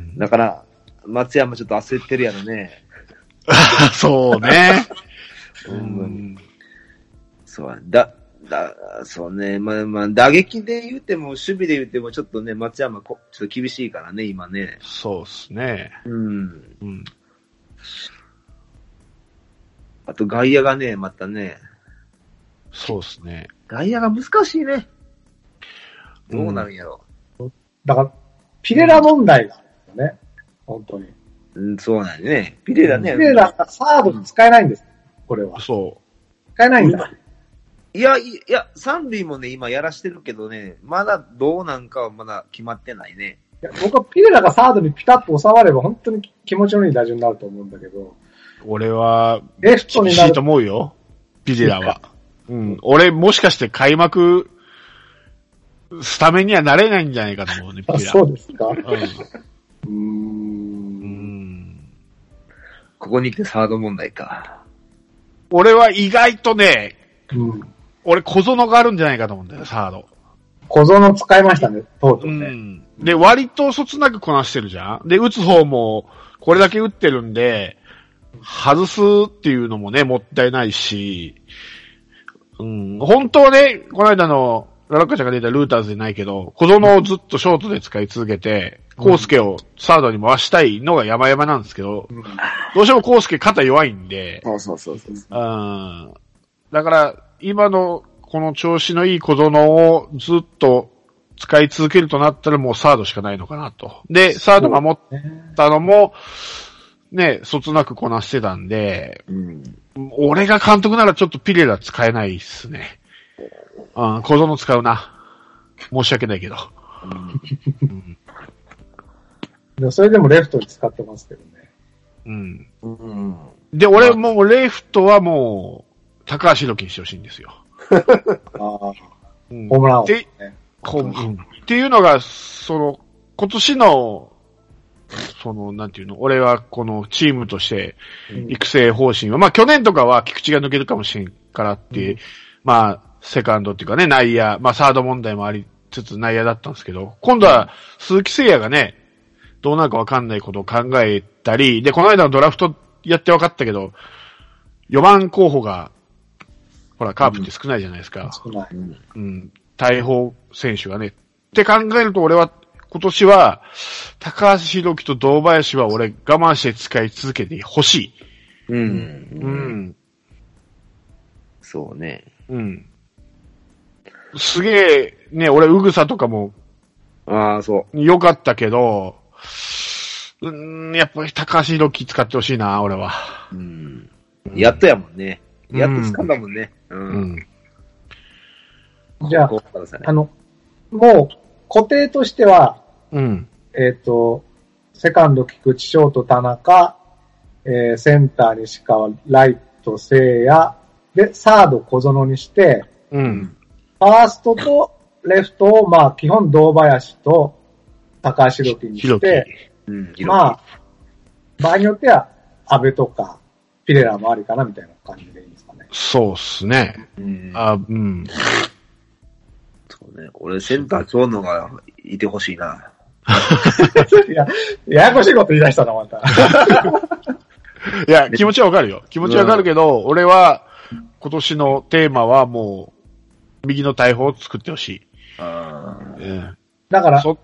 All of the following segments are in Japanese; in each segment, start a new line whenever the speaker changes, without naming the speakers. ん。だから、松山ちょっと焦ってるやろね。
そうね。
ほんまに。そうやだ、だ、そうね。まあまあ、打撃で言うても、守備で言うても、ちょっとね、松山こ、ちょっと厳しいからね、今ね。
そうっすね。
うん。
うん。
あと外野がね、またね、
そうっすね。
外野が難しいね。どうなるんやろ
だから、ピレラ問題なんですよね。本当に。
う。うん、そうなんやね。ピレラね。
ピレラがサードに使えないんです。これは。
そ
使えないんだ。
いや、いいや、三塁もね、今やらしてるけどね、まだどうなんかはまだ決まってないね。
いや僕はピレラがサードにピタッと収まれば本当に気持ちのいい打順になると思うんだけど、
う。俺は、
レフト
厳
に
し
なる
いと思うよ。ビデラは。うん。俺、もしかして開幕、スタメンにはなれないんじゃないかと思うね、ビ
あ、
デラ。
そうですか。うー。
うんん。
ここに来てサード問題か。
俺は意外とね、
うん。
俺小園があるんじゃないかと思うんだよ、サード。
小園使いましたね、とうと
う
うね。
ん。で、割とそつなくこなしてるじゃんで、打つ方も、これだけ打ってるんで、外すっていうのもね、もったいないし、うん、本当はね、この間の、ララッカちゃんが出たルーターズじゃないけど、子供をずっとショートで使い続けて、コウスケをサードに回したいのが山々なんですけど、
うん
どうしてもコウスケ肩弱いんで、
そうそうそうそう。
うんだから、今のこの調子のいい小園をずっと使い続けるとなったらもうサードしかないのかなと。で、サード守ったのも、ね、そつなくこなしてたんで、
うん。
俺が監督ならちょっとピレラ使えないっすね。うん、小園使うな。申し訳ないけど。
でもそれでもレフトに使ってますけどね。
うん。
うん。
で、俺もうレフトはもう、高橋宏樹にしてほしいんですよ。
ああ、ホ
うん
ームラン王、
で
ね。
こう、っていうのが、その、今年の、その、なんていうの、俺はこのチームとして
うん
育成方針は、まあ去年とかは菊池が抜けるかもしれんからって、まあ、セカンドっていうかね、内野、まあサード問題もありつつ内野だったんですけど、今度は鈴木誠也がね、どうなるかわかんないことを考えたり、で、この間のドラフトやってわかったけど、4番候補が、ほら、カープって少ないじゃないですか。
少ない。
うん、大砲選手がね。って考えると俺は、今年は、高橋宏樹と堂林は俺我慢して使い続けてほし
う
い。
ん。
うん。
そうね。
うん。すげえ、ね、俺、うぐさとかも
ああ、そ
良かったけど、うーん、やっぱり高橋宏樹使ってほしいな、俺は。
う。うん。やっとやもんね。
うん
やっと掴んだもんね。う。
うんん。
じゃあ
こ、こからさね
あの、もう固定としては、
うん。
えっ、と、セカンド菊池、ショート田中、えー、センター西川、ライト聖也、で、サード小園にして、
うん。
ファーストとレフトを、まあ、基本堂林と高橋宏樹にし
宏
て、
樹。
うん。
まあ、場合によっては、安倍とか、ピレラもありかなみたいな感じでいいんですかね。
そうっすね。
うん。
あ、うん。
そうね。俺、センター長野がいてほしいな。
いや、ややこしいこと言い出したな、また。
いや、気持ちはわかるよ。気持ちはわかるけど、俺は、今年のテーマはもう、右の大砲を作ってほしい。
あ
うん。
だから、
そ、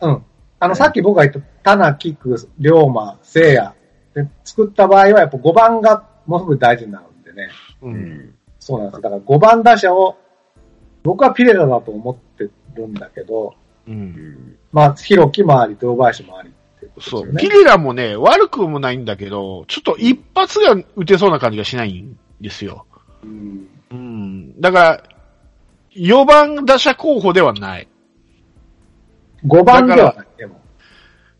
うん。あの、さっき僕が言った、田中、菊、龍馬、聖也で作った場合は、やっぱ5番がものすごく大事になるんでね。
う。
うんん。
そうなんです。だから5番打者を、僕はピレラだと思ってるんだけど、
う。
うんん。
まあ、広木もあり、堂林もありってことです
そ
よ
う。
ね
ピレラもね、悪くもないんだけど、ちょっと一発が打てそうな感じがしないんですよ。
うん。
うん。だから、4番打者候補ではない。
5番ではない、でも。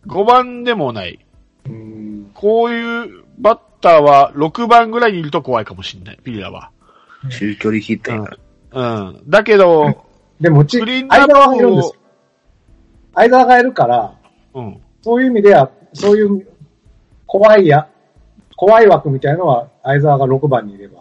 5番でもない。
うん。
こういうバッターは6番ぐらいにいると怖いかもしれない、ピレラは。
中距離ヒッターやから。
うん。だけど、
でも、うち、
クリーンナ
間
ッ
は
プ
いるんですよ。間がいるから、
うん。
そういう意味では、そういう、怖いや、怖い枠みたいのは、相沢が6番にいれば、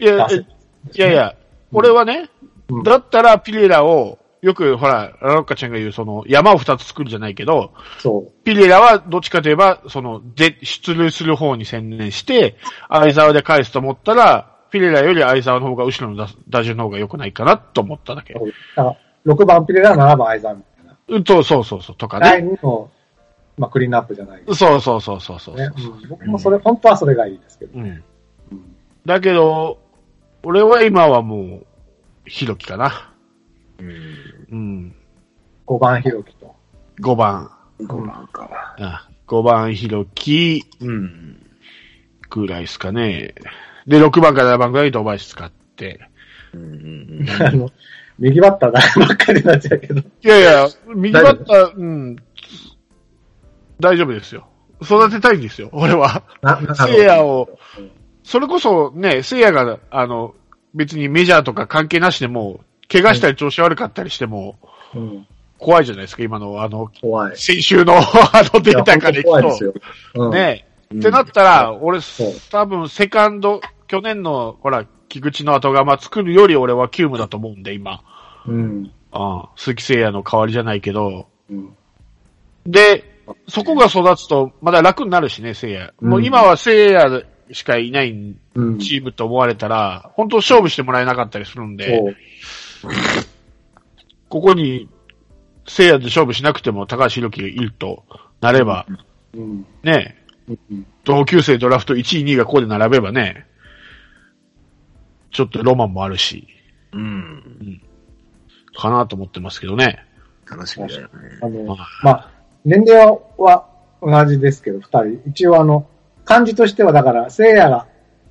いや、
出せ
いやいや、俺はね、
うん
だったらピレラをよく、ほら、ラロッカちゃんが言う、その、山を二つ作るじゃないけど、
そ
ピレラはどっちかといえば、その、で、出塁する方に専念して、相沢で返すと思ったら、ピレラより相沢の方が後ろの打打順の方が良くないかなと思っただけ。
う。だから6番ピレラ、7番アイザーみたいな。
うん、そうそうそうそう、とか
第
ね。
2の、まあ、クリーンアップじゃないです
そうそうそうそうそう。
ね。うん僕もそれ、本当はそれがいいですけど。
うん。だけど、俺は今はもう、ひろきかな。うん。
5番ヒロキと。
5番。
5番か。
あ5番ひろき
うん。
ぐらいですかね。で、6番から7番ぐらいドバイス使って。
うんうん
あの、右バッター誰ばっかりになっちゃうけど。
いやいや、右バッター、うん。大丈夫ですよ。育てたいんですよ、俺は。
な、な
聖夜を、それこそね、聖夜が、あの、別にメジャーとか関係なしでも、怪我したり調子悪かったりしても、
うん、
怖いじゃないですか、今の、あの、
怖い。
先週のあのデータからいく
いや本当
と。
怖いですよ。うん、
ね
うん
ってなったら、俺
そう、
多分、セカンド、去年の、ほら、菊池の後釜作るより俺は急務だと思うんで、今。
うん。
うん。鈴木誠也の代わりじゃないけど。
うん。
で、そこが育つと、まだ楽になるしね、聖夜。もう今は聖夜しかいない
うん。
チームと思われたら、本当勝負してもらえなかったりするんで、
そう。
ここに聖夜で勝負しなくても高橋宏樹がいるとなれば、
うん。
ね、
うん
同級生ドラフト1位、2位がここで並べばね、ちょっとロマンもあるし、
うん。うん。
かなと思ってますけどね。
楽しみだよね。
あの、
あ
まあ、年齢は同じですけど、二人。一応あの、漢字としてはだから、聖夜が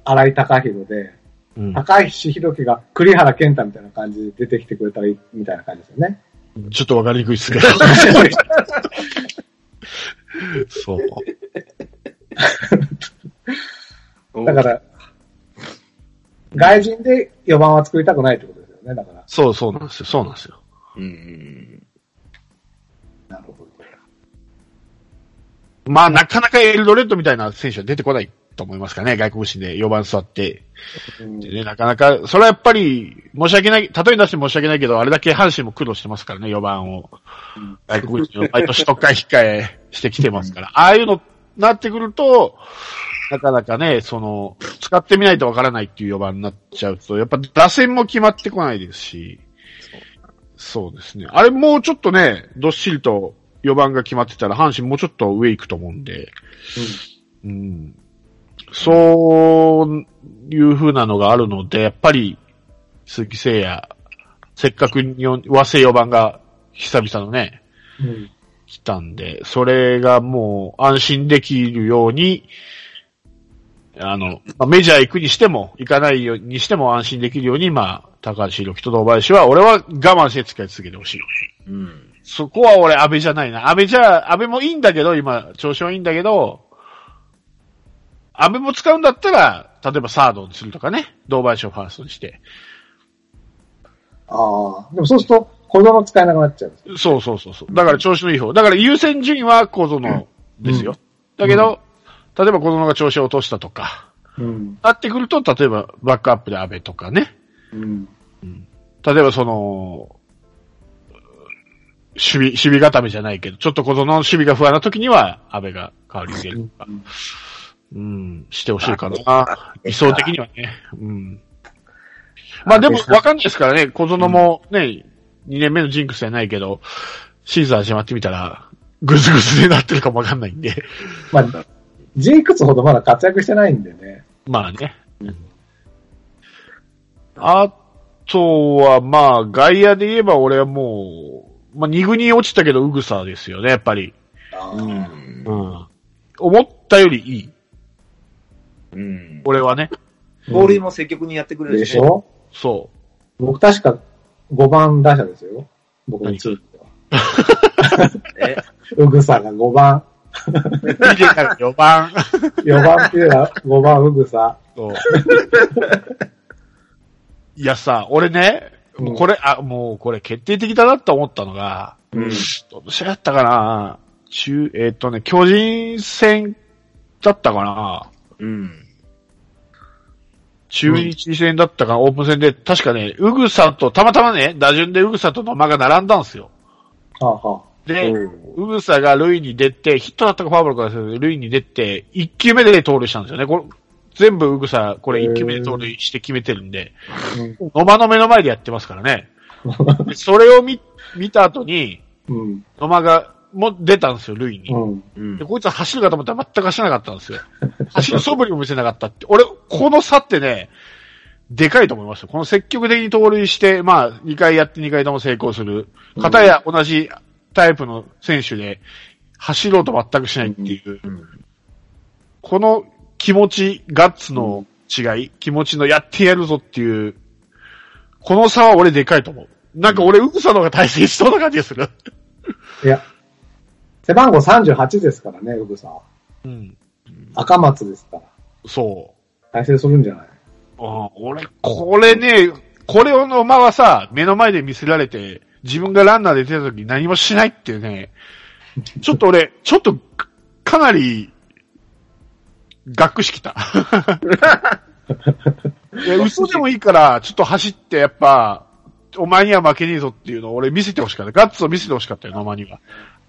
荒井隆弘で、
うん、
高橋宏樹が栗原健太みたいな感じで出てきてくれたらいいみたいな感じですよ ね。
ちょっとわかりにくいですけど。 そう。
だから、外人で4番は作りたくないってことですよね。だから。
そうそうなんですよ。そうなんですよ。
うんうん
なるほど。
まあ、なかなかエルドレッドみたいな選手は出てこないと思いますかね。外国人で4番座って。
うん
でね、なかなか、それはやっぱり、申し訳ない、例え出して申し訳ないけど、あれだけ阪神も苦労してますからね、4番を。外国人を毎年特会控えしてきてますから。ああいうの、なってくると、なかなかね、その、使ってみないとわからないっていう4番になっちゃうと、やっぱ打線も決まってこないですし、そうですね。あれもうちょっとね、どっしりと4番が決まってたら、阪神もうちょっと上行くと思うんで、うんそういう風なのがあるので、やっぱり、鈴木誠也、せっかくによ和製4番が久々のね、
うん。
来たんで、それがもう安心できるように、あの、まあメジャー行くにしても、行かないようにしても安心できるように、まあ、高橋宏樹と堂林は、俺は我慢して使い続けてほしい。
うん。うん。
そこは俺、安倍じゃないな。安倍じゃ、安倍もいいんだけど、今、調子はいいんだけど、安倍も使うんだったら、例えばサードにするとかね、同林をファーストにして。
ああ。でもそうすると、小園使えなくなっちゃうんですよ。
そうそうそうそう。だから調子のいい方。だから優先順位は小園ですよ。だけど、例えば小園が調子を落としたとか、
うん。
なってくると、例えばバックアップで安倍とかね、
うん。
例えばその、守備、守備固めじゃないけど、ちょっと小園の守備が不安な時には、安倍が代わりに出るとか。うん、してほしいかな。理想的にはね。うん。まあでも、わかんないですからね、小園もね、2年目のジンクスじゃないけど、シーズン始まってみたら、ぐずぐずになってるかもわかんないんで。
まあ、ジークツほどまだ活躍してないんでね。
まあね。あとは、まあ、外野で言えば俺はもう、まあ、二軍に落ちたけど、ウグサですよね、やっぱり。
うん。
うん。思ったよりいい。
うん。
俺はね。
盗塁も積極にやってくれる
でしょ
そ
僕確か5番打者ですよ。僕のチームでは。
え
うぐさが5番、
う。見てから4番。
4番ピレラ、5番うぐさ。
そう。いやさ、俺ね、もうこれ、あ、もうこれ決定的だなって思ったのが、
うん。
どの試合だったかな中、えっ、とね、巨人戦だったかな
うん。
中日戦だったかな、オープン戦で、確かね、うぐさと、たまたまね、打順でうぐさと野間が並んだんですよ。
あは
で、
うん
うぐさが塁に出て、ヒットだったかファーブルかですけど、塁に出て、1球目で盗塁したんですよね。これ全部うぐさ、これ1球目で盗塁して決めてるんで、野間の目の前でやってますからね。でそれを見、見た後に、
うん。
野間が、もう出たんですよ、塁に。
うん。
うん
で、。こいつは走るかと思ったら全く走らなかったんですよ。走る素振りも見せなかったって。俺、この差ってね、でかいと思いますよ。この積極的に盗塁して、まあ、2回やって2回とも成功する。片や同じタイプの選手で、走ろうと全くしないっていう。
うん
この気持ち、ガッツの違い、気持ちのやってやるぞっていう、この差は俺でかいと思う。なんか俺、ウグサの方が対戦しそうな感じがする。
いや、背番号38ですからね、うぐさんは。
うん。
赤松ですから。
そう。
対戦するんじゃない
うん俺、これね、これをの馬はさ、目の前で見せられて、自分がランナーで出た時に何もしないっていうね、ちょっと俺、ちょっと、かかなり、がっくしき た。いや嘘でもいいから、ちょっと走って、やっぱ、お前には負けねえぞっていうのを俺見せてほしかった。ガッツを見せてほしかったよ、野間には。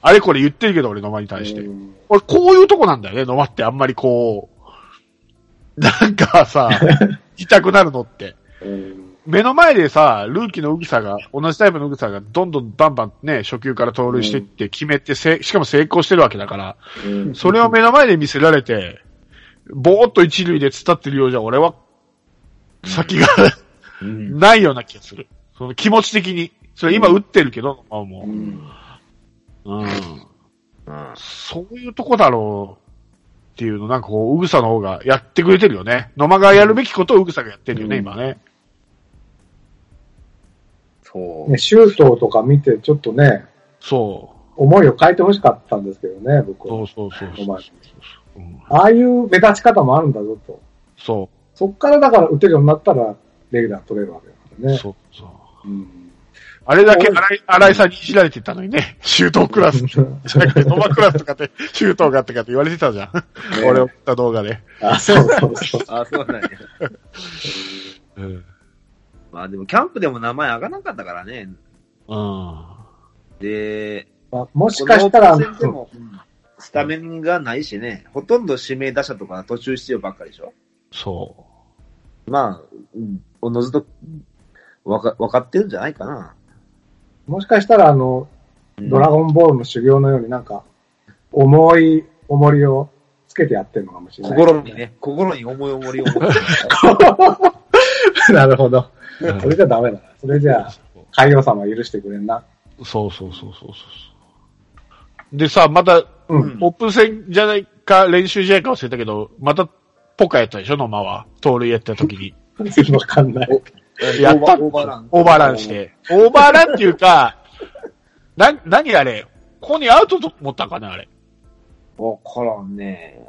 あれこれ言ってるけど、俺野間に対して
う。ん
俺、こういうとこなんだよね、野間ってあんまりこう、なんかさ、痛くなるのって。
うん
目の前でさ、ルーキーのウグサが、同じタイプのウグサが、どんどんバンバンね、初級から盗塁してって決めて、せしかも成功してるわけだから、
うん
それを目の前で見せられて、ぼーっと一塁で突っ立ってるようじゃ、俺は、先が
うん
ないような気がする。その気持ち的に。それ今打ってるけど、まあも
う
う。
ん
うん
うん
そういうとこだろうっていうの、なんかこう、うぐさの方がやってくれてるよね。野間がやるべきことをうぐさがやってるよね、
うん
今ね。
そう
ね、。シュートとか見て、ちょっとね、
そ
思いを変えてほしかったんですけどね、
う。
僕
そ
は
う。そうそう
お
そう
前。
うん
ああいう目立ち方もあるんだぞと。
そ
そっからだから打てるようになったら、レギュラー取れるわけだから
う。
ね。
そうそう。
うん。
あれだけ荒井、荒井さんにいじられてたのにね、周東クラス。じゃなくて、野間クラスとかって、周東がとかって言われてたじゃん。俺を送った動画で。
あ、そうそうそう。
あ、そうなんや。
うん。
まあでも、キャンプでも名前上がらなかったからね。
うん。
で、
まあ、もしかしたら、
このオープン戦でも、スタメンがないしね、ほとんど指名打者とか途中出場ばっかりでしょ。
そ
まあ、うんおのずと、わか、わかってるんじゃないかな。
もしかしたら、あの、ドラゴンボールの修行のようになんか、重い重りをつけてやってるのかもしれない。
心に。ね、心に思い思いを持って。
なるほど。
う。
それじゃダメだな。それじゃあ、海洋様は許してくれんな。
そうそうそうそうそうそう。でさ、また、
うん。
オープン戦じゃないか、練習試合か忘れたけど、また、ポカやったでしょ、野間は。盗塁やった時に。
わかんない。
やった
オーバーラン。
オーバーランして。オーバーランっていう か、な、何あれここにアウトと思ったんかな、あれ。
わからんね。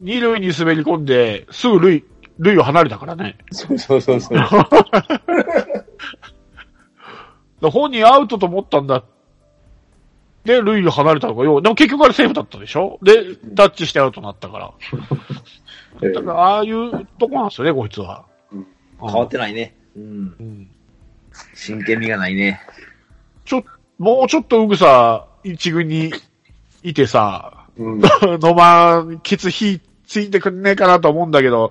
二塁に滑り込んで、すぐ塁、塁を離れたからね。
そうそうそう そう。
本人アウトと思ったんだ。で、塁を離れたのがよう。でも結局あれセーフだったでしょで、タッチしてアウトになったから。
え
だから、
ー
ああいうとこなんですよね、こいつは。
うん
変わってないね。うん。
うん
真剣味がないね。
ちょ、もうちょっとうぐさ、一軍にいてさ、
うん。
野間、ケツ火ついてくんねえかなと思うんだけど、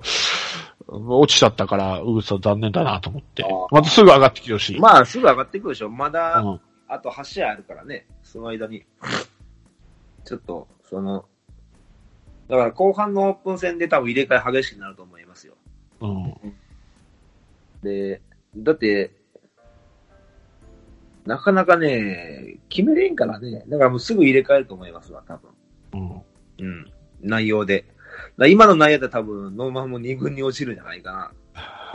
落ちちゃったから、うぐさ残念だなと思って
あー。
またすぐ上がってきてほしい。
まあ、すぐ上がってくるでしょ。まだ、
うん
あと8試合あるからね、その間に。ちょっと、その、だから後半のオープン戦で多分入れ替え激しくなると思いますよ。
うん。
で、だって、なかなかね、決めれんからね、だからもうすぐ入れ替えると思いますわ、多分。
うん。
うん。内容で。だから今の内容で多分、ノーマンも2軍に落ちるんじゃないかな。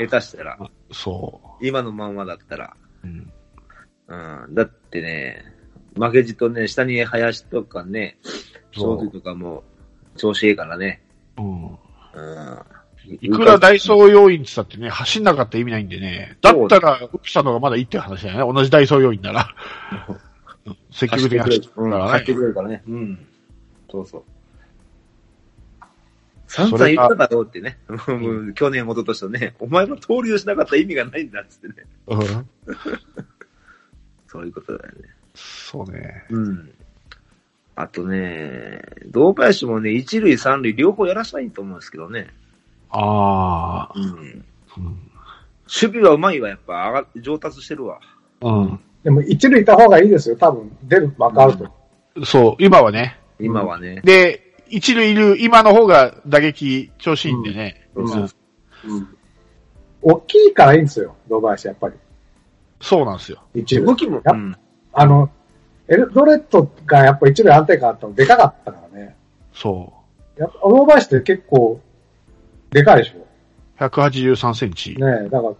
下手したら。
そ
今のまんまだったら。
う。うん。
うん。だってね、負けじとね、下に林とかね、
そ
そうう。とかも、調子いいからね。
うん。
うん。
いくらダイソー要員って言ったってね、走んなかったら意味ないんでね。だったら、ウプサの方がまだいいって話だよね。同じダイソー要員なら。うん積
走
極
っ
的
て
に
くれるう
走って。くる
ん
から
走って
ね。
くれるからね。うん。そうそう。散々言っただろうってね。 もう去年、一昨年とね、お前の登竜しなかった意味がないんだっつってね。
うん。
そういうことだよね。
そうね。
うん。あとね、堂林もね、一塁三塁両方やらせたいと思うんですけどね。
ああ。
うん。
うん
守備はうまいわ、やっぱ上が、上達してるわ。
うん。
でも一塁いた方がいいですよ。多分、出るバックアウト。
そう、今はね。
今はね。
で、一塁いる今の方が打撃調子いいんでね。
うん
うん
大きいからいいんですよ、堂林、やっぱり。
そうなんですよ。
一塁
動。きも、
や
うん。
あの、エルドレットがやっぱ一塁安定感あったのでかかったからね。
そ
やっぱ、堂林って結構、でかいでしょ。
う。183センチ。
ねえ、だから、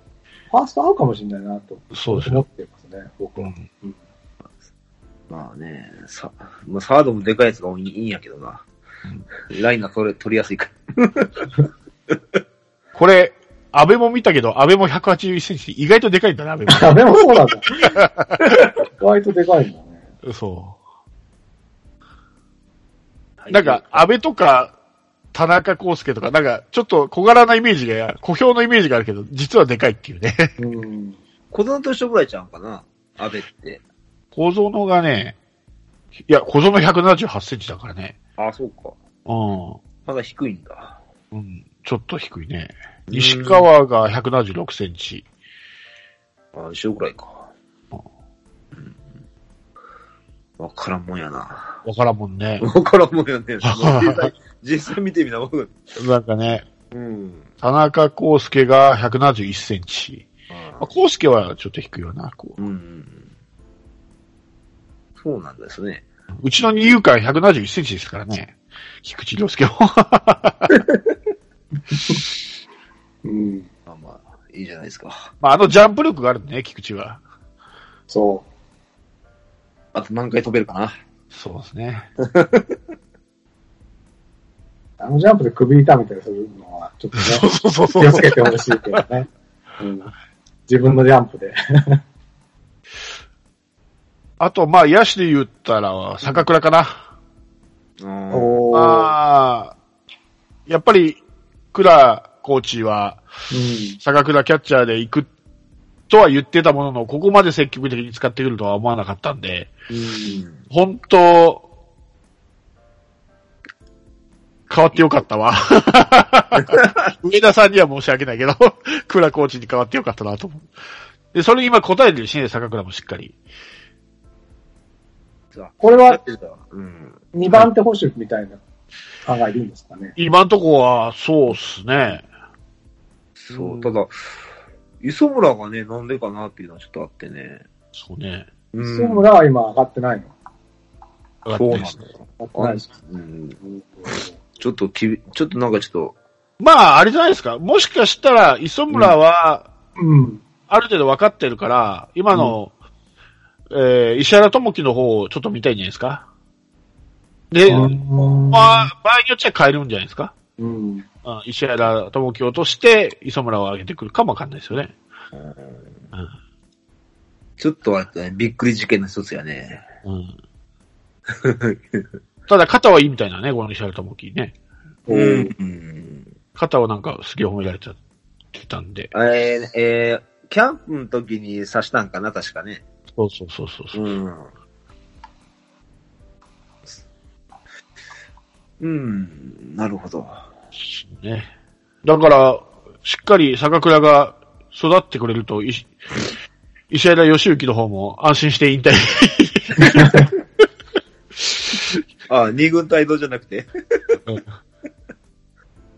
ファースト合うかもしれないなと
そうです
思
よ。
ってますね、 僕
う
は。
ん
まあね、さ、まあ、サードもでかいやつが多いいいんやけどな。ラインが取れ、取りやすいか
これ、安倍も見たけど、安倍も181センチ。意外とでかいんだね、安倍
あ、でもそうなんだ。意外とでかいんだね。
も。そ
ら。
う。なんか、安倍とか、田中康介とか、なんか、ちょっと小柄なイメージが、小兵のイメージがあるけど、実はでかいっていうね。
うん。
子供と一緒ぐらいちゃうんかな安倍って。
小園がね、いや、小園178センチだからね。
あ、そうか。
うん。
まだ低いんだ。
うん、ちょっと低いね。西川が176センチ。
あ、一緒ぐらいか。うん。わからんもんやな。
わからんもんね。
わからんもんやね。
わから
実
ん
際、実際見てみたらわかる。
なんかね、
うん。
田中康介が171センチ。まあ、康介はちょっと低いよな。こう
うん。そうなんですね。
うちの二遊間171センチですからね。菊池涼介も。
うん。
まあまあ、いいじゃないですか。
まあ、あのジャンプ力があるんでね、菊池は。
そ
あと何回飛べるかな。
そうですね。
う。あのジャンプで首痛めたりするのは、ちょっとね、
そうそうそうそ
気を
う
つ。けてほしいけどね。うん。自分のジャンプで。
あと、まあ、野手で言ったら、坂倉かな。
うん。
おー。
まあ、やっぱり、倉コーチは、坂倉キャッチャーで行くとは言ってたものの、ここまで積極的に使ってくるとは思わなかったんで、本当、変わってよかったわ。上田さんには申し訳ないけど、倉コーチに変わってよかったなと思う。で、それに今答えてるしね、坂倉もしっかり。
これは
うん。
2番手補修みたいな考えでいいんですかね。
今んとこは、そうっすね。
そう、ただ、磯村がね、なんでかなっていうのはちょっとあってね。
そうね。
うん
磯村は今上がってないの
上
そう
が
な
って
ん
ま
だ
す
よ。
上がってないです。
うん。ちょっときび、ちょっとなんかちょっ
まあ、あれじゃないですか。もしかしたら、磯村は、
うん。
ある程度分かってるから、今の、えー、石原智樹の方をちょっと見たいんじゃないですか。で、
うん
まあ、場合によっちゃ変えるんじゃないですか。
うん。
うん石原智樹を落として、磯村を上げてくるかもわかんないですよね。
と、
うん
ちょっとあれだね、びっくり事件の一つやね。
うん、ただ、肩はいいみたいなね、この石原智樹ね。
うん。
うん。
肩をなんかすげえ褒められちゃってたんで。
えー、えー、キャンプの時に刺したんかな、確かね。
そうそうそうそうそう。
うん。うん、なるほど。
ね。だから、しっかり坂倉が育ってくれると、いし石原義行の方も安心して引退。
あ、二軍帯同じゃなくて。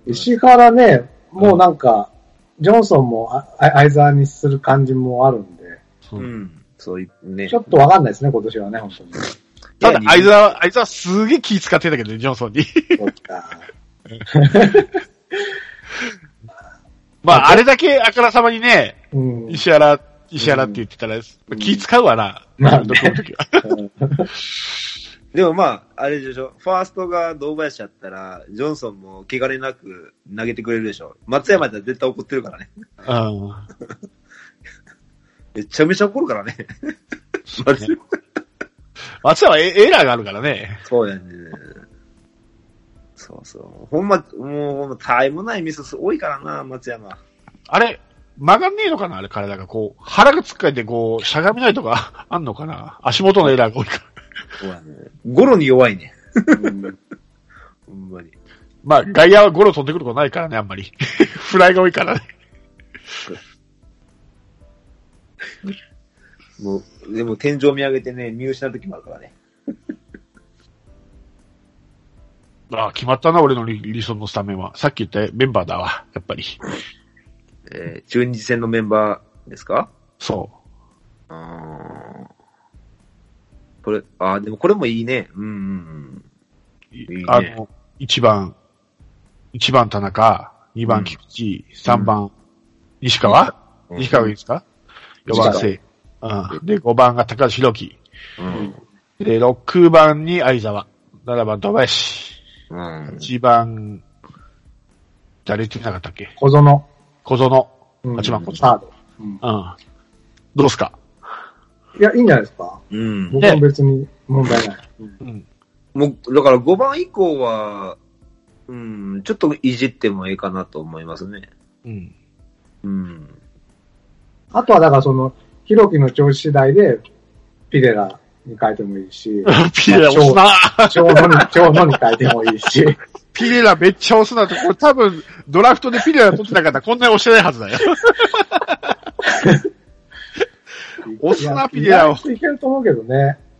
石原ね、もうなんか、ジョンソンもああ相沢にする感じもあるんで、
う
うんん。そういうね。
ちょっとわかんないですね、今年はね、本当に。
ただ、
沢
相沢、相沢すげえ気使ってたけどね、ジョンソンに。
そう か。
まあ、あれだけあからさまにね、
うん。
石原、石原って言ってたら、
ん
気使うわな。
まあ
どこの時は。
でもまあ、あれでしょ。ファーストが堂林やったら、ジョンソンも気兼ねなく投げてくれるでしょ。松山だって絶対怒ってるからね。
うん
めちゃめちゃ怒るからね。マ ジで
松山エエラーがあるからね。
そうやね。そうそう。ほんま、もう、たいもないミス多いからな、松山。
あれ、曲がんねえのかなあれ、体が。こう、腹がつっかえて、こう、しゃがみないとか、 あんのかな足元のエラーが多いから。
そうやね。ゴロに弱いね。ほんまに。
まあ、外野はゴロ飛んでくることないからね、あんまり。 フライが多いからね。
もう、でも天井見上げてね、見失う時もあるからね。
ああ、決まったな、俺の理理想のスタメンは。さっき言ったメンバーだわ、やっぱり。
えー、中日戦のメンバーですか
そう
ーん。これ、あーでもこれもいいね。うんうん
う。
いね
あの、1番、1番田中、2
うん
番菊池、3番西川、
うん。
西川がいいですか ?4
西川
番せうん。で、5番が高橋宏樹。
うん。
で、6番に相沢。7番戸林。
うん。
1番、誰言ってなかったっけ
小園。
小園。
うん
八番小
サー
園。
ド。
うん。どうっすか
いや、いいんじゃないですか。
うん。
僕も別に問題ない。
うん。
もう、だから5番以降は、うん、ちょっといじってもいいかなと思いますね。
うん。
うん。
あとはだからその、ひろきの調子次第で、ピレラに変えてもい いし、
ピレラ押すな
長野に、長野に変えてもいいし、
ピレラめっちゃ押すなって、これ多分、ドラフトでピレラ取ってなかったらこんなに押してないはずだよ。 押す
いや
な、ピレラを。
意外といけると思うけどね。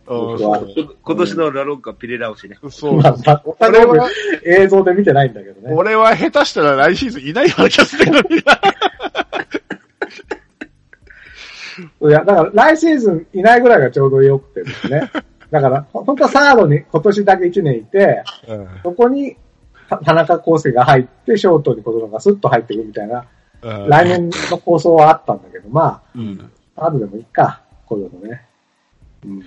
うん
僕は
今年のラロンカピレラ押しね。
そう。
まあ、まあお互い
俺
僕
は、
映像で見てないんだけどね。
俺は下手したら来シーズンいないような気がするけど、ピレラ
いや、だから来シーズンいないぐらいがちょうどよくてです ね。だから、ほ本当はサードに今年だけ1年いて、そこにた田中康介が入って、ショートに小園がスッと入ってくるみたいな、
うん
来年の構想はあったんだけど、まあ、
うん。
サードでもいいか、小園ね。うん。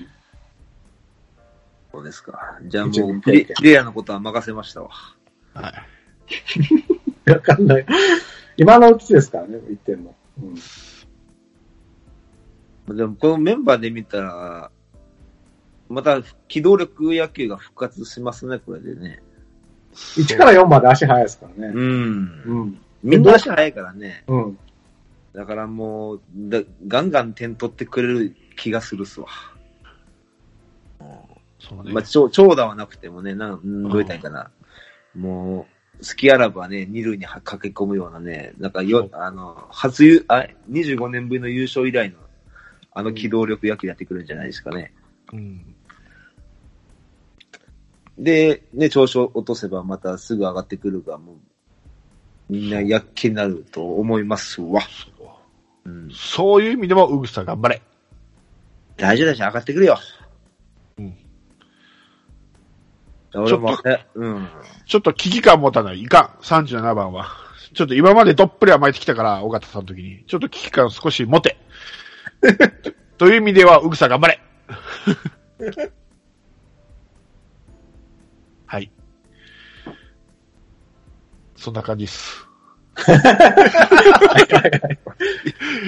そうですか。じゃあ
一
も
軍
う
経
ピレ、
験
ピレラのことは任せましたわ。
はい。
わかんない。今のうちですからね、言ってんの。うん。
でもこのメンバーで見たら、また機動力野球が復活しますね、これでね。
1から4まで足早いですからね。
うん。
うん。
みんな足早いからね。
うん。
だからもう、だガンガン点取ってくれる気がするっすわ。
そうね
まあ、。長長打はなくてもね、なん、うんどう言ったらいいかな。もう、隙あらばね、二塁には駆け込むようなね、なんかよ、あの、初優、あ、25年ぶりの優勝以来の、あの機動力野球やってくるんじゃないですかね。
うん。
で、ね、調子を落とせばまたすぐ上がってくるが、もう、みんな躍起になると思いますわ。うん。
そういう意味でも、ウグスさん頑張れ。
大丈夫だし、上がってくるよ。
うん。
俺も、ね、うん。
ちょっと危機感持たない。いかん。37番は。ちょっと今までどっぷり甘えてきたから、尾形さんの時に。ちょっと危機感少し持て。 という意味では、うぐさ頑張れ。 はい。そんな感じです。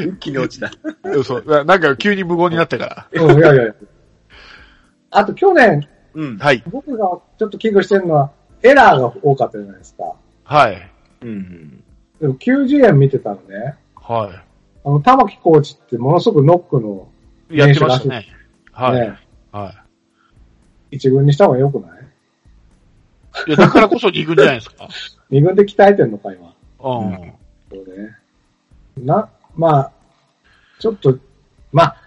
一気に落ちた。
嘘。ななんか急に無言になったから。
うん、いやいやいや。あと去年、
うん。
はい。
僕がちょっと危惧してるのは、エラーが多かったじゃないですか。
はい。
うん。
でも90円見てたのね、
は
あの、玉木コーチってものすごくノックの、
い。やってましたね。はい。
ね、
は
一軍にした方が良くない
い。いや、だからこそ行くんじゃないですか。
二軍で鍛えてんのか、今。
うん。
そうね。な、まあ、ちょっと、まあ、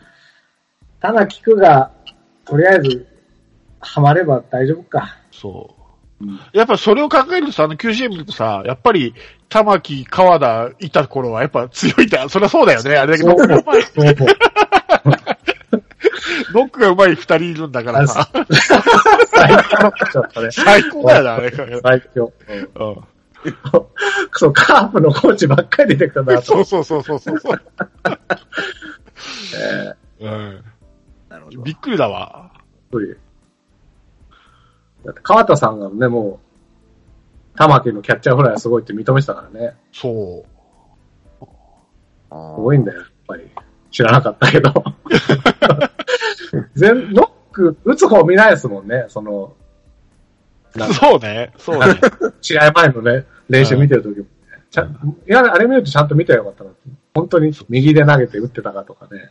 ただ聞くが、とりあえず、ハマれば大丈夫か。
そう
うん。
やっぱそれを考えるとさ、あの QCM 見るとさ、やっぱり、玉木、川田、いた頃はやっぱ強いんだ。そりゃそうだよね。あれだけど、
そう
ノ
そうそう
ックが上手い二人いるんだからさ、
最強。ちょっとね
最高だよな、あれが。う
最強。
ん
そう、カープのコーチばっかり出てくるなと
そう
思って。
そうそうそうそうそう。
え
うん。
なるほど。
びっくりだわ。
ーだって川田さんがね、もう、玉木のキャッチャーフライがすごいって認めてたからね。
そう。
すごいんだよ、やっぱり。知らなかった けど。全ノック、打つ方見ないですもんね、その、
なんか
そうね。そうね。
試合前のね、練習見てる時も、ね。ちゃんいや、あれ見るとちゃんと見てよかったなって。本当に右で投げて打ってたかとかね、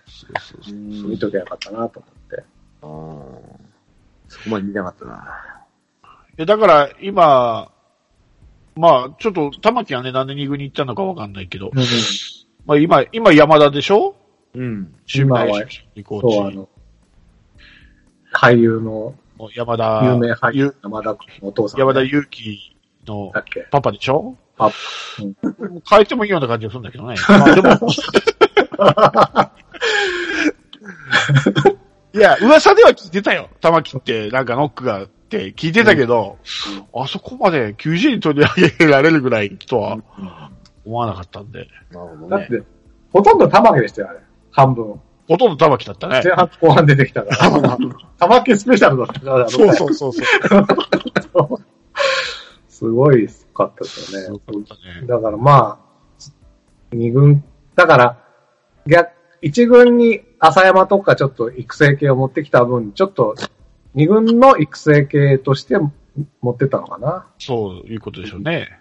見ときゃよかったなと思って。
あーそこまで見なかったな。
え、だから、今、まあ、ちょっと、玉木がね、なんで二軍に行ったのかわかんないけど、まあ今、今山田でしょ
うん。
守備内守備コ
そう、あ
ーチ。
の、俳優の、
もう山田、
有名俳優
ゆ、
山田君のお父さん、
山田裕貴の
だっけ
パパでしょ
パ
もう変えてもいいような感じがするんだけ どね。まあでも、いや、噂では聞いてたよ。玉木って、なんかノックがあって聞いてたけど、あそこまで QG に取り上げられるぐらいとは思わなかったんで。
なるほど
だ
ね
っ。て、ほとんど玉木でしたよ、あれ。半分。
ほとんど玉木だったね。
前半後半出てき たから。玉木スペシャルだったから、あの
そうそう そうそう。
すごいかったです
す
よ
ご
ね
か。ったね
だからまあ、二軍、だから、逆、一軍に浅山とかちょっと育成系を持ってきた分、ちょっと二軍の育成系として持ってったのかな、
そういうことでしょうね。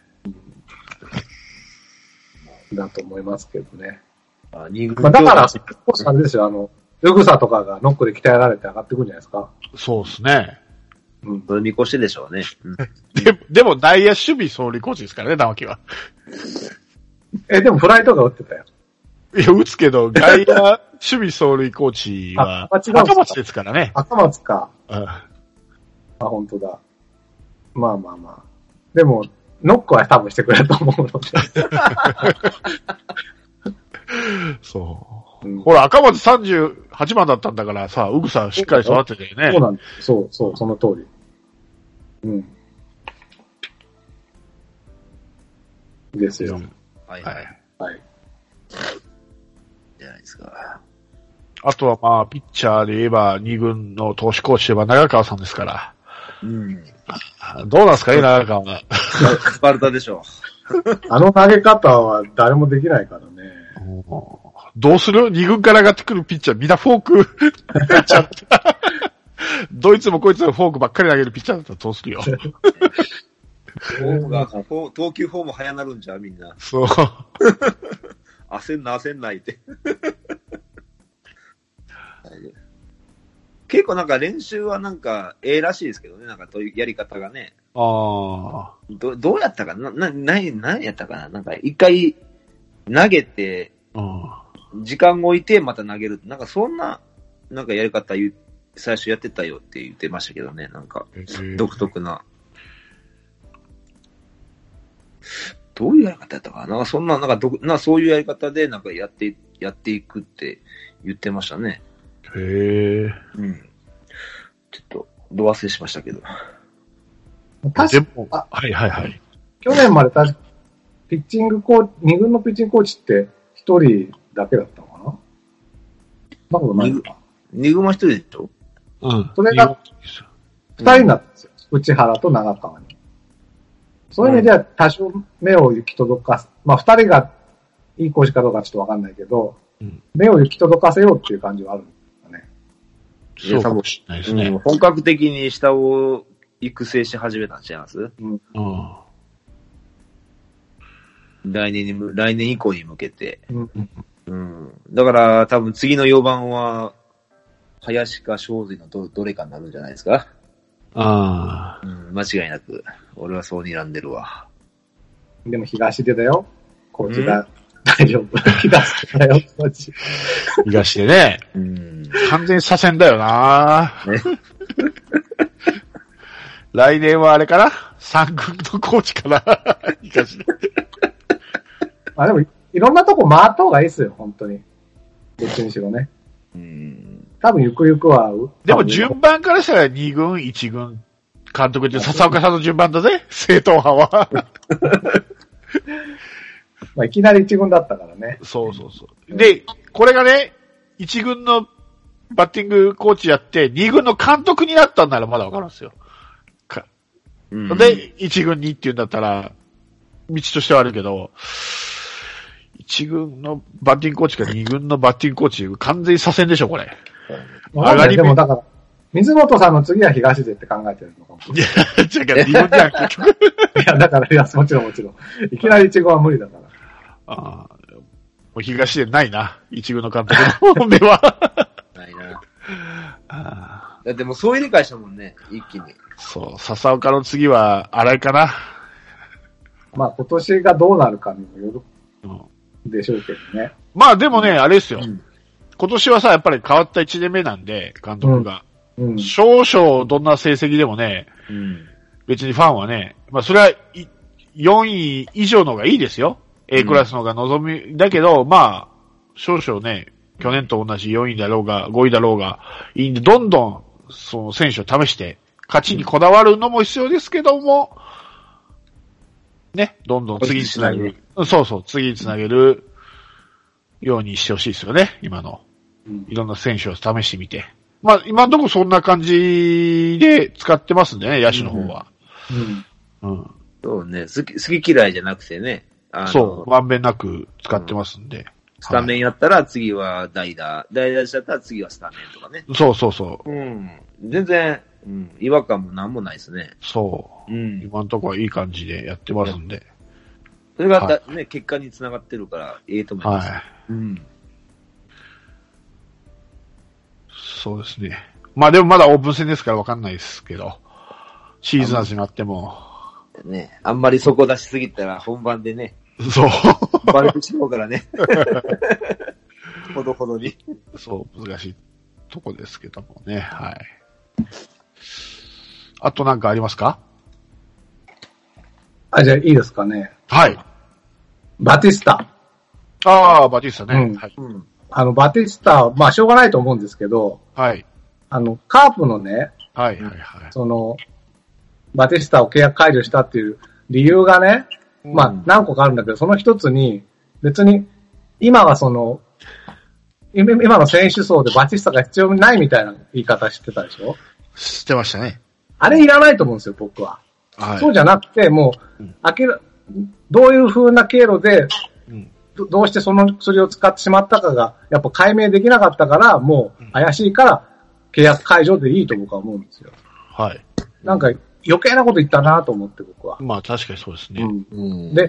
だと思いますけどね。
あ二軍
まあ、だから、少しあれですよ、あの、ルグサとかがノックで鍛えられて上がってくるんじゃないですか。
そうですね。
うん。
それ見越してでしょうね。うん
ででも、内野守備総理コーチですからね、玉木は。
え、でもフライとか打ってたよ。
いや、打つけど、外野守備走塁コーチは、
あ違うんですか
赤松ですからね。
赤松か。
うん
あ、本当だ。まあまあまあ。でも、ノックは多分してくれると思うので。
そうう。
ん
ほら、赤松38番だったんだからさ、うぐさしっかり育ててね。
そうなんです。そうそう、その通り。うん。ですよ。
はいは。
はいい。
はい。
じゃないですか。
あとはまあ、ピッチャーで言えば、二軍の投手コーチで言えば長川さんですから。
うん。
どうなんすかね、長川は。
スパルタでしょ
あの投げ方は誰もできないからね。
どうする二軍から上がってくるピッチャー、みんなフォー ク、ピッチャーだ ったどいつもこいつもフォークばっかり投げるピッチャーだったらどうするよ。
う。フォームが、フォー投球フォーム早なるんじゃうみんな。
そう。
焦んな、焦んないって。 大丈夫結構なんか練習はなんか、ええらしいですけどね、なんかというやり方がね。
ああ。
どどうやったかなな、な、何やったかななんか一回投げて、
うん。
時間置いてまた投げる。なんかそんな、なんかやり方言う、最初やってたよって言ってましたけどね、なんか、独特な。どういうやり方やったかななんかそんな、なんかど、なんかそういうやり方で、なんかやって、やっていくって言ってましたね。
へえ。
うん。ちょっと、ど忘れしましたけど。
確
で
か、
も、
あ
はいはいはい。
去年まで確か、ピッチングコーチ、二軍のピッチングコーチって一人だけだったのかなそんなことないのか。
二軍は一人でしょ
うん。
それが、二人になったんですよ。内原と長川に。そういう意味では多少目を行き届かす。まあ二人がいい講師かどうかちょっとわかんないけど、
うん
目を行き届かせようっていう感じはあるんですかね。
そうかもしれないです
う
ね
ん。本格的に下を育成し始めたんちゃいます
うん。
来年にむ、来年以降に向けて。
うん。
うん。だから、多分次の4番は、林か正髄のど、どれかになるんじゃないですか
あ
うん、間違いなく。俺はそう睨んでるわ。
でも東出だよ。コーチが。大丈夫。東出だよ、コーチ。
あ。東でね、
うん。
完全に左遷だよな
ね
来年はあれかな三軍のコーチかな 東で。
まあでも、いろんなとこ回った方がいいですよ、本当に。どっちにしろね。
うん。
多分ゆくゆくは。
でも順番からしたら二軍、一軍、監督って笹岡さんの順番だぜ正統派は。
まあいきなり一軍だったからね。
そうそうそう。で、これがね、一軍のバッティングコーチやって、二軍の監督になったんならまだわかるんですよ。か
うん、
で、一軍にっていうんだったら、道としてはあるけど、一軍のバッティングコーチか二軍のバッティングコーチ、完全に左遷でしょ、これ。
わかんな
上が
い
り目
でもだから、水本さんの次は東出って考えてるのかもしれない。
じゃあ、日本じゃん、結局。
いや、だから、いや、もちろんもちろん。いきなりイチゴは無理だから。
あーもう東でないな。一軍の監督の目は。
ないな。
あ
だってもうそういう理解したもんね、一気に。
ーそう、笹岡の次は、荒井かな。
まあ、今年がどうなるかにもよ
うん
るでしょうけどね。
まあでもね、あれですよ。
うん
今年はさ、やっぱり変わった1年目なんで、監督が。
うん。
少々どんな成績でもね、
うん。
別にファンはね、まあそれはい、4位以上の方がいいですよ。A
うん
クラスの方が望み、だけど、まあ、少々ね、去年と同じ4位だろうが、5位だろうが、いいんで、どんどん、その選手を試して、勝ちにこだわるのも必要ですけども、ね、どんどん次につなげる。うんそうそう、次につなげるようにしてほしいですよね、今の。
うん
いろんな選手を試してみて。まあ、今のところそんな感じで使ってますんでね、野手の方は。
うん
うん。
そうね、好き、好き嫌いじゃなくてね。あの
そう、まんべんなく使ってますんで。
スタメンやったら次は代打、代打しちゃったら次はスタメンとかね。
そうそうそう。
うん。全然、うん、違和感もなんもないですね。
そうう。
ん。
今のところはいい感じでやってますんで。
それがだ、
は
ね、結果につながってるから、ええと思います。
はい。
うん。
そうですね。まあでもまだオープン戦ですからわかんないですけど。シーズン始まっても。
ね、あんまりそこ出しすぎたら本番で ね、
そう。
バレてしまうからね。 ほどほどに。
そう、難しいとこですけどもね。はい。あとなんかありますか
あ、じゃあいいですかね。
はい。
バティスタ。
ああ、バティスタね。
うん
はい。
うん。
あの、バティスタ、まあ、しょうがないと思うんですけど、
はい。
あの、カープのね、
はい、はい、はい。
その、バティスタを契約解除したっていう理由がね、まあ、何個かあるんだけど、その一つに、別に、今はその、今今の選手層でバティスタが必要ないみたいな言い方してたでしょ
知ってましたね。
あれいらないと思うんですよ、僕は。
はい。
そうじゃなくて、もう、明らどういう風な経路で、
うん
どどうしてその薬を使ってしまったかが、やっぱ解明できなかったから、もう怪しいから、契約解除でいいと僕は思うんですよ。
はい。
なんか、余計なこと言ったなと思って僕は。
まあ確かにそうですね。
うん。
うん。
で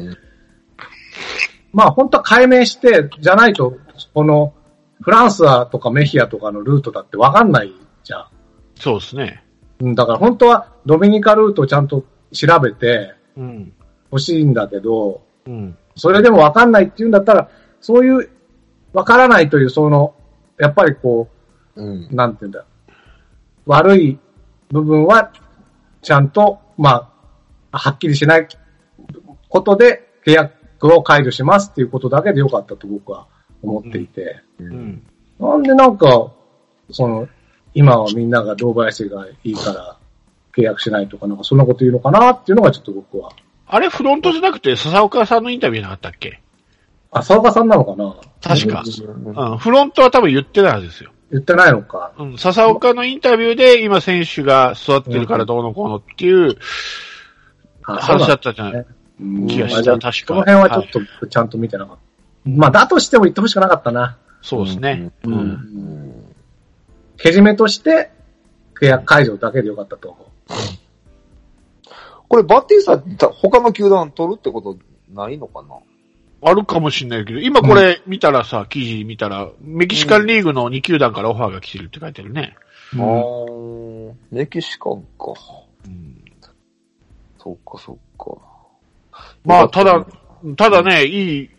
まあ本当は解明して、じゃないと、この、フランスアとかメヒアとかのルートだってわかんないじゃん。
そうですね。
うん、だから本当はドミニカルートをちゃんと調べて
うん。
欲しいんだけど、
うん。
それでもわかんないって言うんだったら、そういう、わからないという、その、やっぱりこ
うん
う、。なんて言うんだ、悪い部分は、ちゃんと、まあ、はっきりしないことで、契約を解除しますっていうことだけでよかったと僕は思っていて。
う。
うんん。
なんでなんか、その、今はみんなが堂林がいいから契約しないとか、なんかそんなこと言うのかなっていうのがちょっと僕は。
あれ、フロントじゃなくて、笹岡さんのインタビューなかったっけ
浅岡さんなのかな
確か。
うん
うん、フロントは多分言ってないはずですよ。
言ってないのか。
うん、笹岡のインタビューで、今選手が育ってるからどうのこうのっていう
あそ
話
うな
だ
の
ったじゃない。
うん
気がした
まあじゃあ
確か
この辺はちょっと僕ちゃんと見てなかった。まあ、だとしても言ってほしくなかったな。
そうですね。う。
うん
うん。
けじめとして、契約解除だけでよかったと思う。
これバッティスタ、他の球団取るってことないのかな
あるかもしれないけど、今これ見たらさ、記事見たら、メキシカンリーグの2球団からオファーが来てるって書いてるね。
あー、メキシカンか。
うん、
そうか、そうか。
まあ、ただ、ただね、いい、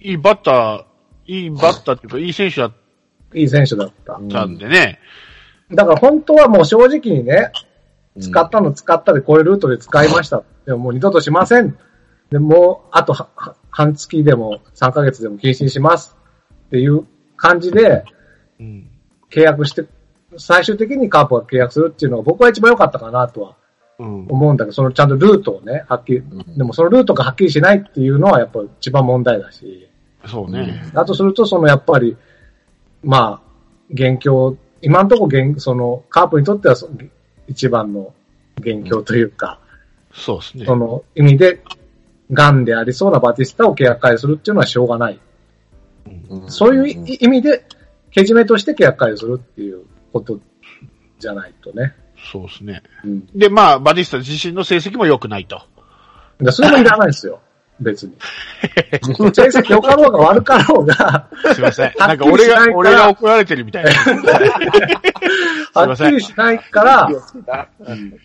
いいバッター、いいバッターっていうか、いい選手だっ
いい選手だった。
たんでね。
だから本当はもう正直にね、
うん
使ったの使ったで、こういうルートで使いました。でももう二度としません。でもう、あとはは半月でも3ヶ月でも禁止にします。っていう感じで
うん。
契約して、最終的にカープが契約するっていうのが僕は一番良かったかなとは
うん。
思うんだけど、そのちゃんとルートをね、はっきり、
ん
でもそのルートがはっきりしないっていうのはやっぱ一番問題だし、
そうね。
だとするとそのやっぱり、まあ、元凶、今のところ元、そのカープにとってはその一番の元凶というか、
そうですね
そ。の意味で、ガンでありそうなバティスタを契約解除するっていうのはしょうがない。そういうい意味で、けじめとして契約解除するっていうことじゃないとね。
そうですね。
うん。だ
で、まあ、バティスタ自身の成績も良くないと。
からそれもいらないですよ。別に。成績良かろうが悪かろうが、
すいません。な
はっ
んか
きり
俺
しない
が
から、
俺が怒られてるみたいな。い
は
ま
っ
せん
きりしないから、
うん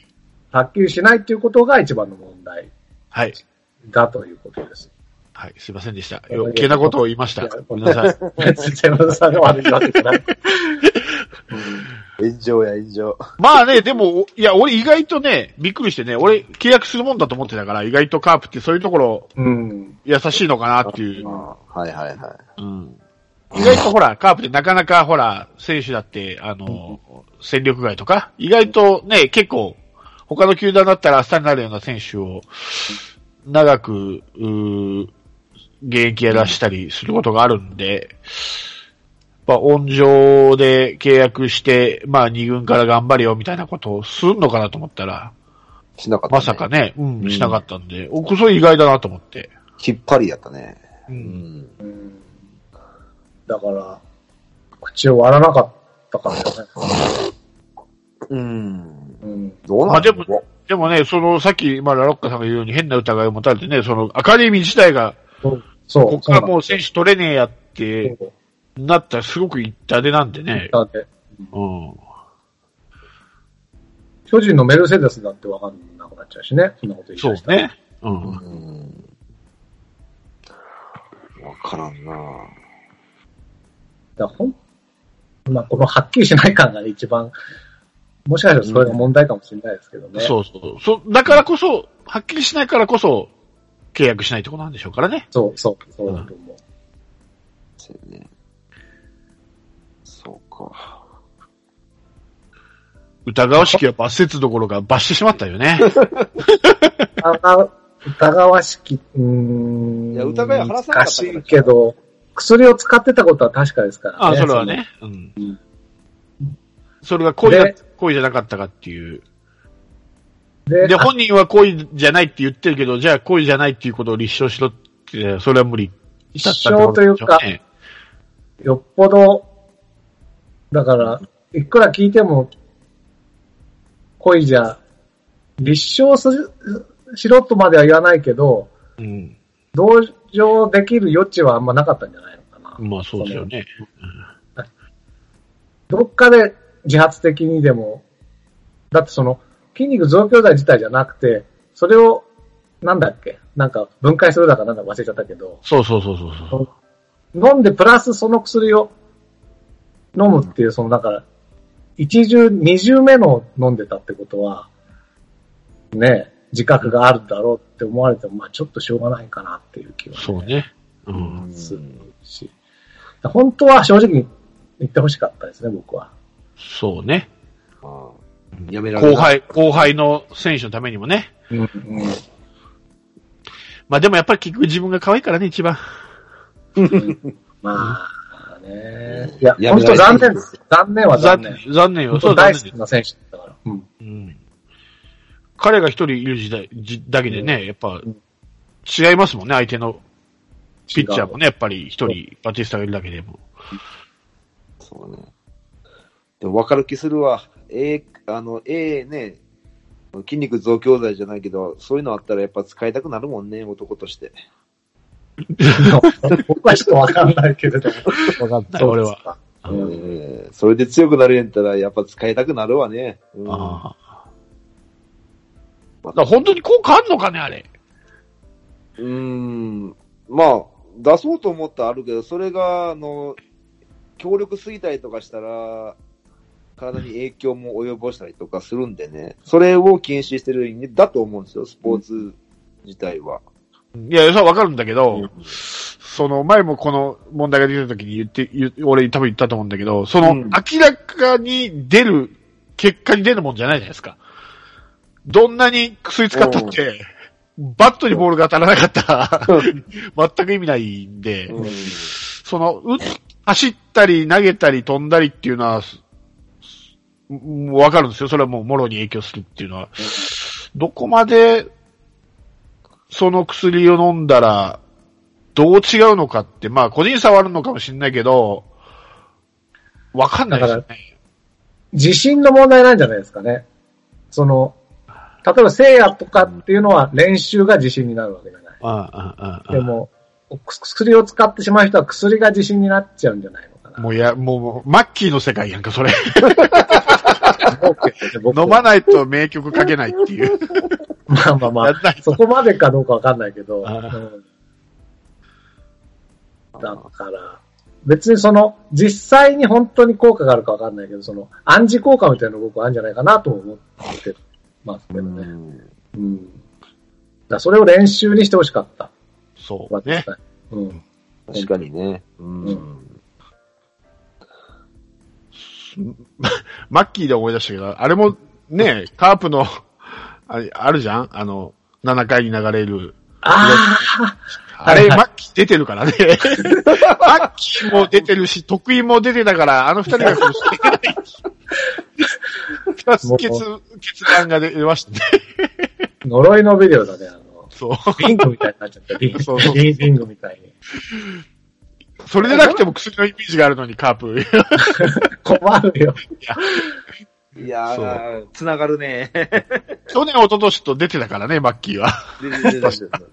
はっきりしないっていうことが一番の問題
はい。
だということです。
はい。すいませんでした。余計なことを言いました。ごめんなさい。
別に山田さんが悪いわけじゃない。
炎上や炎上。
まあね、でも、おいや、俺意外とね、びっくりしてね、俺契約するもんだと思ってたから、意外とカープってそういうところ
うん。
優しいのかなっていう。
はいはいは
うん。意外とほら、カープってなかなかほら、選手だって、あの、戦力外とか、意外とね、結構、他の球団だったら明日になるような選手を、長く、うー現役やらしたりすることがあるんで、まあ、温情で契約して、まあ、二軍から頑張れよみたいなことをするのかなと思ったら、
い。しなかった、
まさか。ね、うん、しなかったんで、おこそ意外だなと思って。
引っ張りやったね。
う。
うんん。
うんだから、口を割らなかったからね。
うん。
うん。
どう
ま
な
あ
ん
で
だ
も
ろ
でもね、その、さっき、まあ、ラロッカさんが言うように変な疑いを持たれてね、その、アカデミー自体が、
そう。そう
ここからもう選手取れねえやって、
そう
なったらすごく一体でなんでね。
だって、
うん。
巨人のメルセデスだってわかんなくなっちゃうしね。そんなこと言い
そう
出したら
ね。。うん。
う。うん。わからんな
だからほんまあ、このはっきりしない感が一番、もしかしたらそれが問題かもしれないですけどね。
そうそう。そ、だからこそ、はっきりしないからこそ、契約しないとこなんでしょうからね。
そうそう、そうだと思う。
そうね。そうか。
疑わしきは罰せつどころか罰してしまったよ ね。
疑う疑わしき、うーん。
いや疑いは晴らさなか
難
った
し
から
いけど、薬を使ってたことは確かですから
あ
ね。
それはね。うん
うん。
それが恋だ
で、
恋じゃなかったかっていう。
その。で、
で、本人は恋じゃないって言ってるけど、じゃあ恋じゃないっていうことを立証しろって、それは無理だったってこでしょうね
立証とよっぽど、だから、いくら聞いても、恋じゃ、立証する、しろとまでは言わないけど、
うん。
同情できる余地はあんまなかったんじゃないのかな。
まあそうですよね。
どっかで自発的にでも、だってその、筋肉増強剤自体じゃなくて、それを、なんだっけなんか分解するだかなんだか忘れちゃったけど、
そうそうそうそうそう。
飲んでプラスその薬を飲むっていう、そのだから、一重、二重目の飲んでたってことは、ね、自覚があるだろうって思われても、まあちょっとしょうがないかなっていう気は、
そうね。うん。
するし、本当は正直に言ってほしかったですね、僕は。
そうね。
あーやめられ
後
ない。
輩、後輩の選手のためにもね。
うん、うん。
まあでもやっぱり結局自分が可愛いからね、一番。
まあね、いや、
や
本
めら
当
れない
残念です。残念は残
残
念。
念、残念よ。
本
そ
当
う残念
大好
で
きな選手だから。うん。
す。うん。彼が一人いる時代、じだけでね、やっぱ、違いますもんね、相手のピッチャーもね、やっぱり一人、バティスタがいるだけでも。
そうね。でも分かる気するわ。ええあの、ええね、筋肉増強剤じゃないけど、そういうのあったらやっぱ使いたくなるもんね、男として。
僕はちょっとわかんないけれども。
分かっ
ない俺は。
うん
ええそれで強くなれんやったら、やっぱ使いたくなるわね。うん、
ああ。だから本当に効果あんのかね、あれ。
うーん。まあ、出そうと思ったらあるけど、それが、あの、強力すぎたりとかしたら、体に影響も及ぼしたりとかするんでね、それを禁止してるんだと思うんですよ、スポーツ自体は。
いや、それはわかるんだけど、
うん
その前もこの問題が出た時に言って、言う俺多分言ったと思うんだけど、その
うん
明らかに出る、結果に出るもんじゃないじゃないですか。どんなに薬使ったって、バットにボールが当たらなかったら、 全く意味ないんで、
うん
その、打つ走ったり投げたり飛んだりっていうのは、すもうわかるんですよ。それはもうもろに影響するっていうのは。どこまで、その薬を飲んだら、どう違うのかって、まあ個人差はあるのかもしれないけど、わかんないですよね。
自信の問題なんじゃないですかね。その、例えば聖夜とかっていうのは練習が自信になるわけじゃない。
ああ、ああ、
でも、薬を使ってしまう人は薬が自信になっちゃうんじゃないのかな。
もうや、もうもう、マッキーの世界やんか、それ。
僕
飲まないと名曲書けないっていう。
まあまあま
や
あ、
んない
そこまでかどうかわかんないけど、う
あー
んだから、別にその、実際に本当に効果があるかわかんないけど、その、暗示効果みたいなの僕はあるんじゃないかなと思ってますけどね。うん。だからそれを練習にしてほしかった。
そうね。
うん。
確かにね。うん。
マッキーで思い出したけど、あれもね、カープの、 あれあるじゃんあの、7回に流れる。
あ
あれ、
はいはい
マッキー出てる からね。マッキーも出てるし、得意も出てたから、あの二人がこうしてない。二つ
もう
決、決断が出ましたね。
あ、呪いのビデオだね、あ の、
そう。
リングみたいになっちゃった。リン
そうそう
グ、リンリングみたい に。
それでなくても薬のイメージがあるのに、カー プ。
困るよ。
いやー、つながるね。
去年、一昨年と出てたからね、マッキーは。
出てる出てる出てる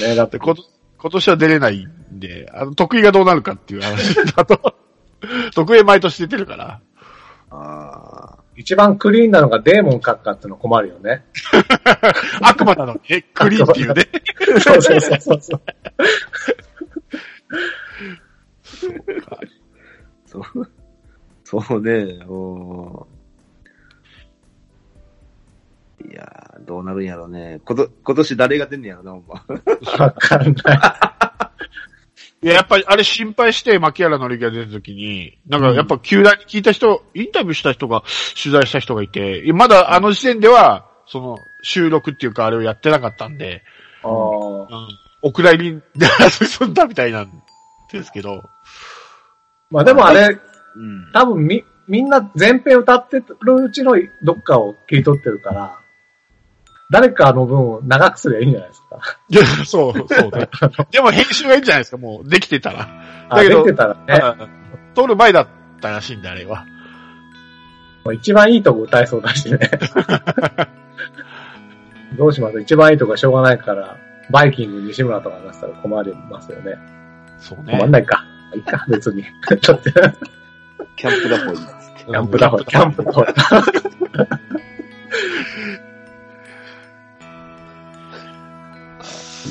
ね、だっ
で
て
こ今年は出れないんで、あの、得意がどうなるかっていう話だ と、得意毎年出てるから。
あ
一番クリーンなのがデーモン閣下っての困るよね。
悪魔な のにね、クリーンっていうね。
そうそうそうそうそう。
ーそう。 そうね。おーいやー、どうなるんやろうね。こと、今年誰が出んねやろな、ほんま。
わかんない。
いや、やっぱりあれ心配して、牧原のりが出た時に、なんかやっぱ球団に聞いた人、インタビューした人が、取材した人がいて、まだあの時点では、その、収録っていうかあれをやってなかったんで、
あー
うん、お蔵入りに進んだみたいなんですけど、
まあでもあれ、
うん。
多分み、みんな全編歌ってるうちのどっかを切り取ってるから、誰かの分を長くすればいいんじゃないですか。
いや、 そう、そう ね。でも編集がいいんじゃないですか、もう、できてたら。
あ、
だけ
で
ど
きてたらね、
うん撮る前だったらしいんで、あれは。
もう一番いいとこ歌えそうだし ね。どうします一番いいとこはしょうがないから、バイキング西村とか出したら困りますよね。
そう
困ん
ね。
ないか。いいか、別に。ちょっと、キ
キャンプだほいな。
キ
ャンプだ、キャンプ だ。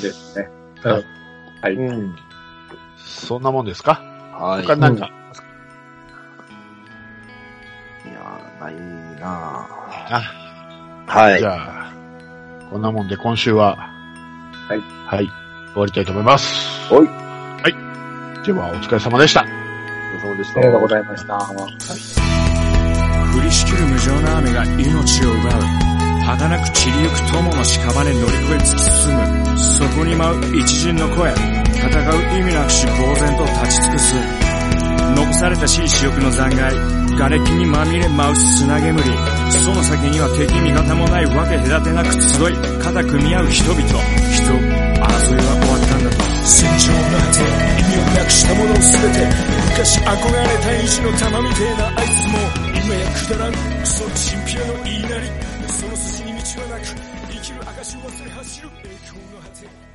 ですね。。
うん。
そんなもんですか
はい。
他なんか、
いやー、ないな
あ
ぁ。はい。
じゃあ、こんなもんで今週は、はいはい。終わりたいと思います。
はい
はい。では、お疲れ様でし
お
た。
疲れ様でし
あ
た
りがとうございました。
降りしきる無情な雨が命を奪う儚く散りゆく友の屍乗り越え突き進むそこに舞う一陣の声戦う意味なくし呆然と立ち尽くす残されたしい死翼の残骸瓦礫にまみれ舞う砂煙その先には敵味方もないわけ隔てなく集い肩組み合う人々人争いは終わったんだと戦場なんて意味をなくしたものを全て昔憧れた意地の玉みてえなあいつも今やくだらんクソチンピラの言いなりその筋に道はなく生きる証を忘れ走る栄光の果て